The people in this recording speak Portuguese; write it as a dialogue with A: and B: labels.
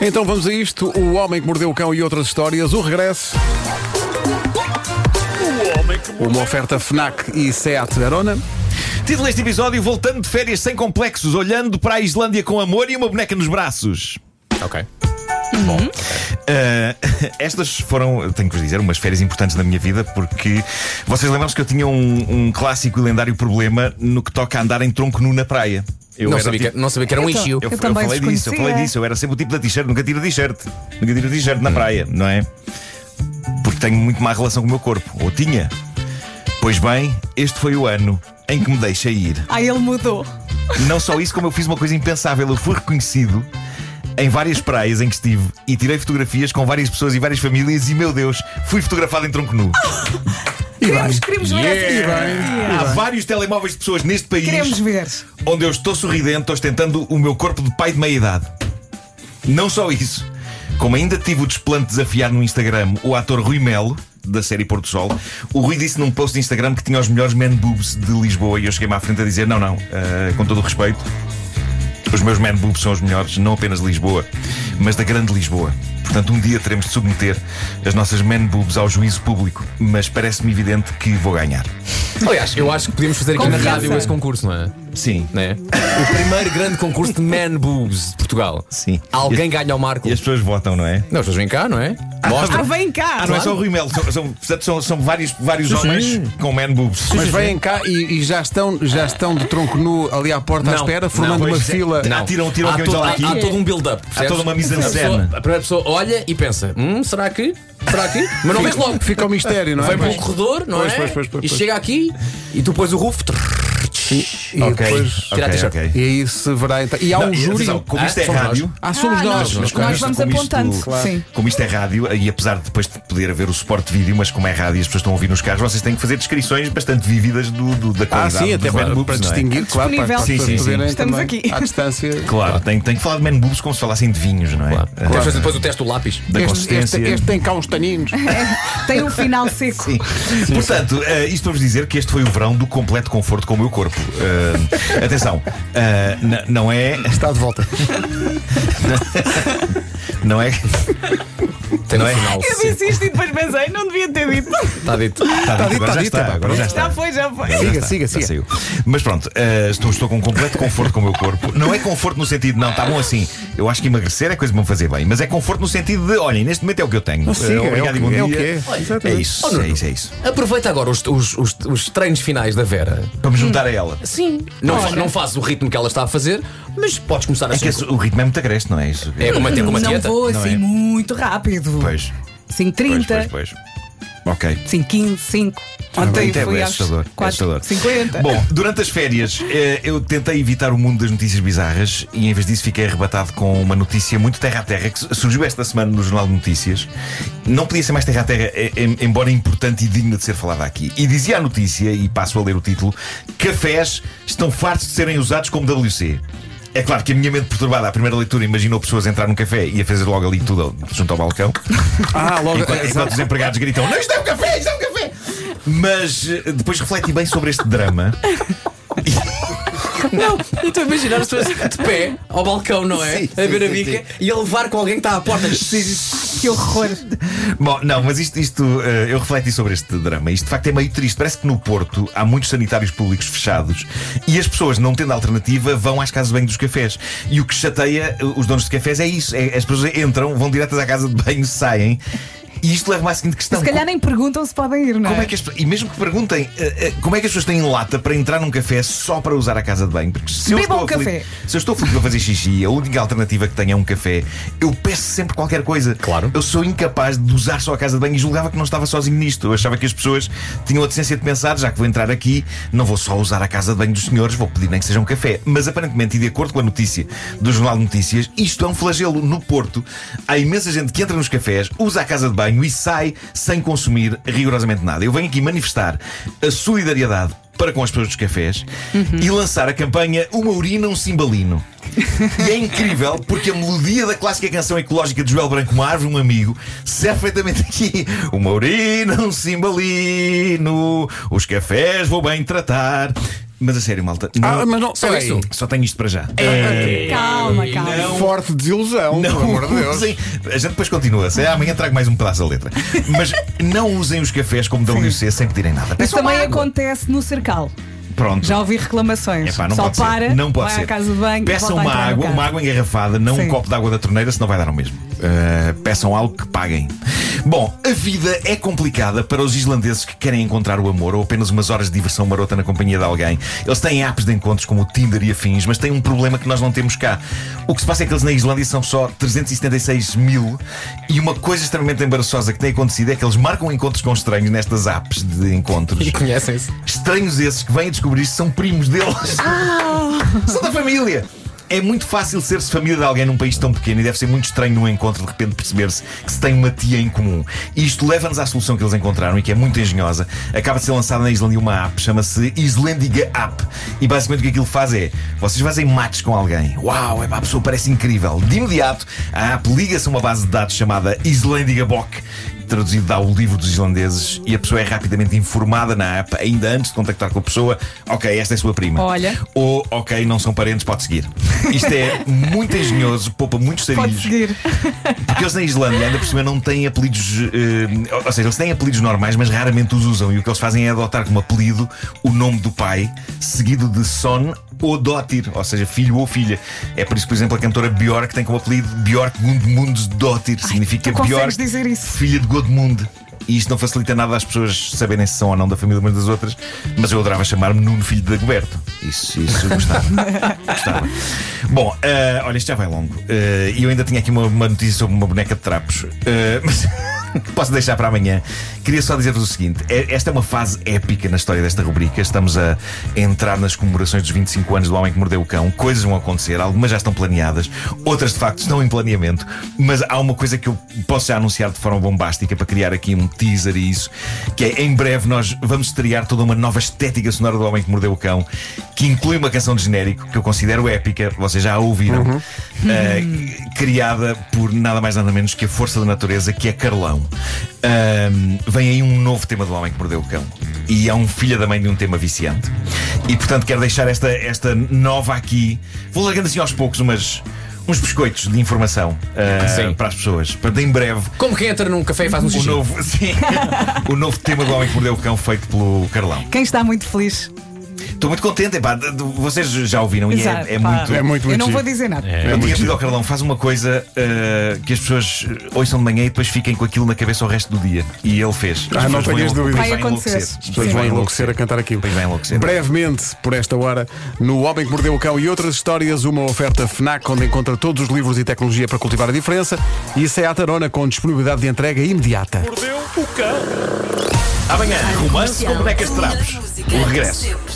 A: Então vamos a isto: O Homem que Mordeu o Cão e outras histórias, o regresso. Uma oferta Fnac e Seat Verona.
B: Título deste episódio: Voltando de férias sem complexos, olhando para a Islândia com amor e uma boneca nos braços.
C: Ok.
B: Ah, estas foram, tenho que vos dizer, umas férias importantes na minha vida porque vocês lembram-se que eu tinha um, um clássico e lendário problema no que toca a andar em tronco nu na praia. Eu
C: Não
B: era
C: sabia,
B: tipo-
C: que, não sabia que era um
D: Então,
C: enchio.
D: eu-
B: eu,
D: também
B: falei disso, eu falei
D: desconhecia.
B: disso. Eu era sempre o tipo da t-shirt, nunca tiro t-shirt. Nunca tiro t-shirt
C: Hum.
B: na praia, não é? Porque tenho muito má relação com o meu corpo. Ou tinha. Pois bem, este foi o ano em que me deixei ir.
D: Aí ele mudou.
B: Não só isso, como eu fiz uma coisa impensável. Eu fui reconhecido em várias praias em que estive e tirei fotografias com várias pessoas e várias famílias e, meu Deus, fui fotografado em tronco nu.
D: Queremos, queremos ver
A: Yeah.
D: essa fotografia.
B: Há vários telemóveis de pessoas neste país
D: Queremos ver.
B: onde eu estou sorridente, ostentando o meu corpo de pai de meia-idade. Não só isso, como ainda tive o desplante de desafiar no Instagram o ator Rui Melo, da série Porto Sol, o Rui disse num post de Instagram que tinha os melhores man boobs de Lisboa e eu cheguei-me à frente a dizer: não, não, eh, com todo o respeito, os meus man boobs são os melhores, não apenas de Lisboa, mas da grande Lisboa. Portanto, um dia teremos de submeter as nossas man boobs ao juízo público, mas parece-me evidente que vou ganhar.
C: Aliás, eu acho que podíamos fazer aqui na
D: Confiança.
C: rádio esse concurso, não é?
B: Sim,
C: Não é? O primeiro grande concurso de Man Boobs de Portugal.
B: Sim.
C: Alguém ganha o Marco.
B: E as pessoas votam, não é?
C: Não, as pessoas vêm cá, não é? Mostra.
D: Ah, vem cá.
B: Ah, não é só o Rui Melo, são, são, portanto, são, são vários, vários
C: Sim, sim.
B: homens com man boobs.
A: Mas vêm cá e, e já, estão, já estão de tronco nu ali à porta à
C: Não,
A: espera,
C: não,
A: formando
B: pois
A: uma
B: é.
A: fila.
B: Não. Ah, tiram- tiram a
C: há,
B: camisola
C: todo,
B: aqui.
C: há, há todo um build-up.
B: Há
C: percebes?
B: toda uma mise en
C: A pessoa-
B: scène.
C: A primeira pessoa olha e pensa: hum, será que? Será que? Mas não vês logo.
A: Fica o mistério, não é?
C: Vai para
A: Mas-
C: o corredor, não
A: Pois,
C: é?
A: pois, pois, pois,
C: e
A: pois.
C: chega aqui e tu pões o roof.
A: E depois.
C: Tira a
B: ok,
C: t-shirt.
B: ok.
A: E aí se verá então. E há um
B: Não, e
A: júri.
B: atenção, como
C: Ah,
B: isto é
C: somos
B: rádio.
C: nós.
A: Ah, somos
D: Ah,
A: nós.
D: nós-
A: mas
D: nós
A: claro.
D: vamos
B: como isto-
D: apontando, sim.
B: Como isto é rádio, e apesar de depois de poder haver o suporte de vídeo, mas como é rádio e as pessoas estão a ouvir nos carros, vocês têm que fazer descrições bastante vívidas do, do- da
A: Ah,
B: qualidade.
A: sim, até
B: dos
A: para,
B: man boobs,
A: para
B: não é?
A: distinguir, claro, para, para
D: Disponível.
A: as
B: Sim,
A: pessoas
B: sim, sim.
A: poderem
D: Estamos
A: também,
D: aqui.
A: à distância.
B: Claro, tem, tem que falar de man boobs como se falassem de vinhos, não é? Ah,
C: Tens de fazer depois o teste do lápis.
B: Da
A: Este,
B: consistência.
A: este, este tem cá uns taninos.
D: Tem um final seco.
B: é? Sim. Portanto, eh, isto para vos dizer que este foi o verão do completo conforto com o meu corpo. Eh, atenção, eh, n- não é.
A: Está de volta.
B: Não é.
C: Tem no
B: Não é?
C: final.
D: Eu
C: sim.
D: disse isto e depois pensei, não devia ter dito.
C: Está dito.
A: dito,
B: Está dito, agora
A: está
B: já
A: dito,
B: está,
A: pá,
B: agora já está.
D: Já foi, já foi.
B: Já
A: Siga,
B: está,
A: siga,
B: já
A: siga.
B: saiu. Mas pronto, eh, estou, estou com completo conforto com o meu corpo. Não é conforto no sentido, não, está bom assim. Eu acho que emagrecer é coisa que me fazer bem, mas é conforto no sentido de, olhem, neste momento é o que eu tenho. Eh,
A: siga, é
B: obrigado
A: o
B: e bom
A: que-
B: dia.
A: é o que é.
B: É
A: Exatamente.
B: isso, é isso, é isso.
C: Aproveita agora os, os, os, os treinos finais da Vera.
B: Para me juntar a ela.
C: Sim. Não, fa- não faz o ritmo que ela está a fazer, mas podes começar a
B: É que esse- o ritmo é muito agreste, não é isso?
C: um É como até com uma
D: Não
C: dieta.
D: vou
B: não
D: assim
B: é?
D: muito rápido.
B: Pois, pois, pois,
D: 5,30,
B: pois. Ok.
D: 5,15, 5. Ontem
B: Ontem
D: fui
B: é
D: aos
B: assustador, é assustador.
D: 4,50.
B: Bom, durante as férias eh, eu tentei evitar o mundo das notícias bizarras e em vez disso fiquei arrebatado com uma notícia muito terra a terra que su- surgiu esta semana no Jornal de Notícias. Não podia ser mais terra a terra, eh, em- embora importante e digna de ser falada aqui. E dizia a notícia, e passo a ler o título: Cafés estão fartos de serem usados como WC. É claro que a minha mente perturbada à primeira leitura imaginou pessoas a entrar num café e a fazer logo ali tudo junto ao balcão.
A: Ah, logo.
B: Enquanto, enquanto os empregados gritam: Não, isto é um café, isto é um café! Mas eh, depois refleti bem sobre este drama.
C: Não, eu estou a imaginar as pessoas de pé ao balcão, não é?
B: Sim,
C: a ver
B: sim,
C: a
B: sim,
C: bica e a levar com alguém que está à porta.
D: Que horror.
B: Bom, não, mas isto, isto eh, eu refleti sobre este drama. Isto de facto é meio triste. Parece que no Porto há muitos sanitários públicos fechados e as pessoas, não tendo alternativa, vão às casas de banho dos cafés. E o que chateia eh, os donos de cafés é isso: é, as pessoas entram, vão diretas à casa de banho, saem. E isto leva-me à seguinte questão:
D: Se calhar nem perguntam se podem ir, não
B: Como é
D: é?
B: que as, pessoas- e mesmo que perguntem, eh, eh, como é que as pessoas têm lata para entrar num café só para usar a casa de banho? Porque se eu,
D: Bebam
B: estou
D: um
B: aflito-
D: café.
B: se eu estou aflito para fazer xixi, a única alternativa que tenho é um café. Eu peço sempre qualquer coisa.
C: Claro.
B: Eu sou incapaz de usar só a casa de banho e julgava que não estava sozinho nisto. Eu achava que as pessoas tinham a decência de pensar, já que vou entrar aqui, não vou só usar a casa de banho dos senhores, vou pedir nem que seja um café. Mas aparentemente, e de acordo com a notícia do Jornal de Notícias, isto é um flagelo. No Porto, há imensa gente que entra nos cafés, usa a casa de banho e sai sem consumir rigorosamente nada. Eu venho aqui manifestar a solidariedade para com as pessoas dos cafés e lançar a campanha Uma Urina, um Cimbalino. E é incrível porque a melodia da clássica canção ecológica de Joel Branco, uma árvore, um amigo, serve perfeitamente aqui. Uma urina, um cimbalino, os cafés vou bem tratar. Mas a sério, malta, não-
A: Ah, mas não,
C: Só
A: peraí.
C: isso.
B: só tenho isto para já.
D: Calma, calma.
B: é? Não
A: forte desilusão, pelo amor de Deus.
B: usem. A gente depois continua. Se é, amanhã trago mais um pedaço da letra. Mas não usem os cafés como WC sem pedirem nada.
D: Mas
B: Peçam
D: também é
B: água.
D: acontece no cercal.
B: Pronto.
D: Já ouvi reclamações.
B: Epá, não
D: Só
B: pode
D: para,
B: ser. Não pode
D: vai
B: ser.
D: à casa de banho,
B: peçam
D: volta a
B: uma
D: entrar no
B: água,
D: carro.
B: uma água engarrafada, não
D: Sim.
B: um copo de água da torneira, senão vai dar o mesmo. Uh, peçam algo que paguem. Bom, a vida é complicada para os islandeses que querem encontrar o amor ou apenas umas horas de diversão marota na companhia de alguém. Eles têm apps de encontros como o Tinder e afins, mas têm um problema que nós não temos cá. O que se passa é que eles na Islândia são só 376 mil e uma coisa extremamente embaraçosa que tem acontecido é que eles marcam encontros com estranhos nestas apps de encontros.
C: E conhecem-se.
B: Estranhos esses que vêm a descobrir se são primos deles. são da família. É muito fácil ser-se família de alguém num país tão pequeno e deve ser muito estranho num encontro de repente perceber-se que se tem uma tia em comum. E isto leva-nos à solução que eles encontraram e que é muito engenhosa. Acaba de ser lançada na Islândia uma app, chama-se Islandiga App. E basicamente o que aquilo faz é: vocês fazem matches com alguém. Uau, é pá, a pessoa parece incrível. De imediato, a app liga-se a uma base de dados chamada Islandiga Bock traduzido dá o livro dos islandeses e a pessoa é rapidamente informada na app, ainda antes de contactar com a pessoa, ok, esta é a sua prima.
D: Olha.
B: Ou, ok, não são parentes, pode seguir. Isto é muito engenhoso, poupa muitos
D: Pode
B: sarilhos.
D: seguir.
B: Porque eles na Islândia, ainda por cima, não têm apelidos. eh, ou seja, eles têm apelidos normais, mas raramente os usam. E o que eles fazem é adotar como apelido o nome do pai, seguido de son ou dótir, ou seja, filho ou filha. É por isso, que, por exemplo, a cantora Björk tem como apelido Björk Gundmund Dótir. Significa
D: tu consegues
B: Björk,
D: dizer isso.
B: filha de Godmund. E isto não facilita nada às pessoas saberem se são ou não da família umas das outras, mas eu adorava chamar-me Nuno Filho de Dagoberto. Isso, isso eu gostava. gostava. Bom, eh, olha, isto já vai longo. Eh, E eu ainda tinha aqui uma, uma notícia sobre uma boneca de trapos, eh, mas posso deixar para amanhã. Queria só dizer-vos o seguinte: é- esta é uma fase épica na história desta rubrica. Estamos a entrar nas comemorações dos 25 anos do Homem que Mordeu o Cão. Coisas vão acontecer, algumas já estão planeadas, outras de facto estão em planeamento, mas há uma coisa que eu posso já anunciar de forma bombástica para criar aqui um teaser e isso, que é em breve nós vamos estrear toda uma nova estética sonora do Homem que Mordeu o Cão, que inclui uma canção de genérico que eu considero épica, vocês já a ouviram, eh, criada por nada mais nada menos que a força da natureza, que é Carlão. Ahm, vem aí um novo tema do Homem que Mordeu o Cão. E é um filho da mãe de um tema viciante. E portanto quero deixar esta, esta nova aqui. Vou largando assim aos poucos umas, uns biscoitos de informação ah,
C: Sim.
B: para as pessoas. Para de em breve
C: Como quem entra num café e faz um
B: o
C: xixi.
B: novo, sim, o novo tema do Homem que Mordeu o Cão feito pelo Carlão.
D: Quem está muito feliz.
B: Estou muito contente, epá, de- de- vocês já ouviram e
D: Exato,
B: é, é
D: pá.
B: muito.
A: É muito,
D: Eu
A: muito
D: não vou
A: giro.
D: dizer nada.
B: eu
A: muito
B: tinha pedido
A: giro.
B: ao Carlão, faz uma coisa ah, que as pessoas ouçam de manhã e depois fiquem com aquilo na cabeça o resto do dia. E ele fez. As
A: Ah, não
B: pessoas vão
A: tenhas
B: enlou-
A: dúvidas.
B: depois
D: Vai
B: vão
D: acontecer.
B: enlouquecer. As
A: As
B: pessoas
A: pessoas vão enlouquecer a cantar aquilo.
B: Depois vai enlouquecer.
A: Brevemente, por esta hora, no Homem que Mordeu o Cão e outras histórias, uma oferta FNAC, onde encontra todos os livros e tecnologia para cultivar a diferença, e isso é a tarona com disponibilidade de entrega imediata.
B: Amanhã, romance com bonecas de trapos. O regresso.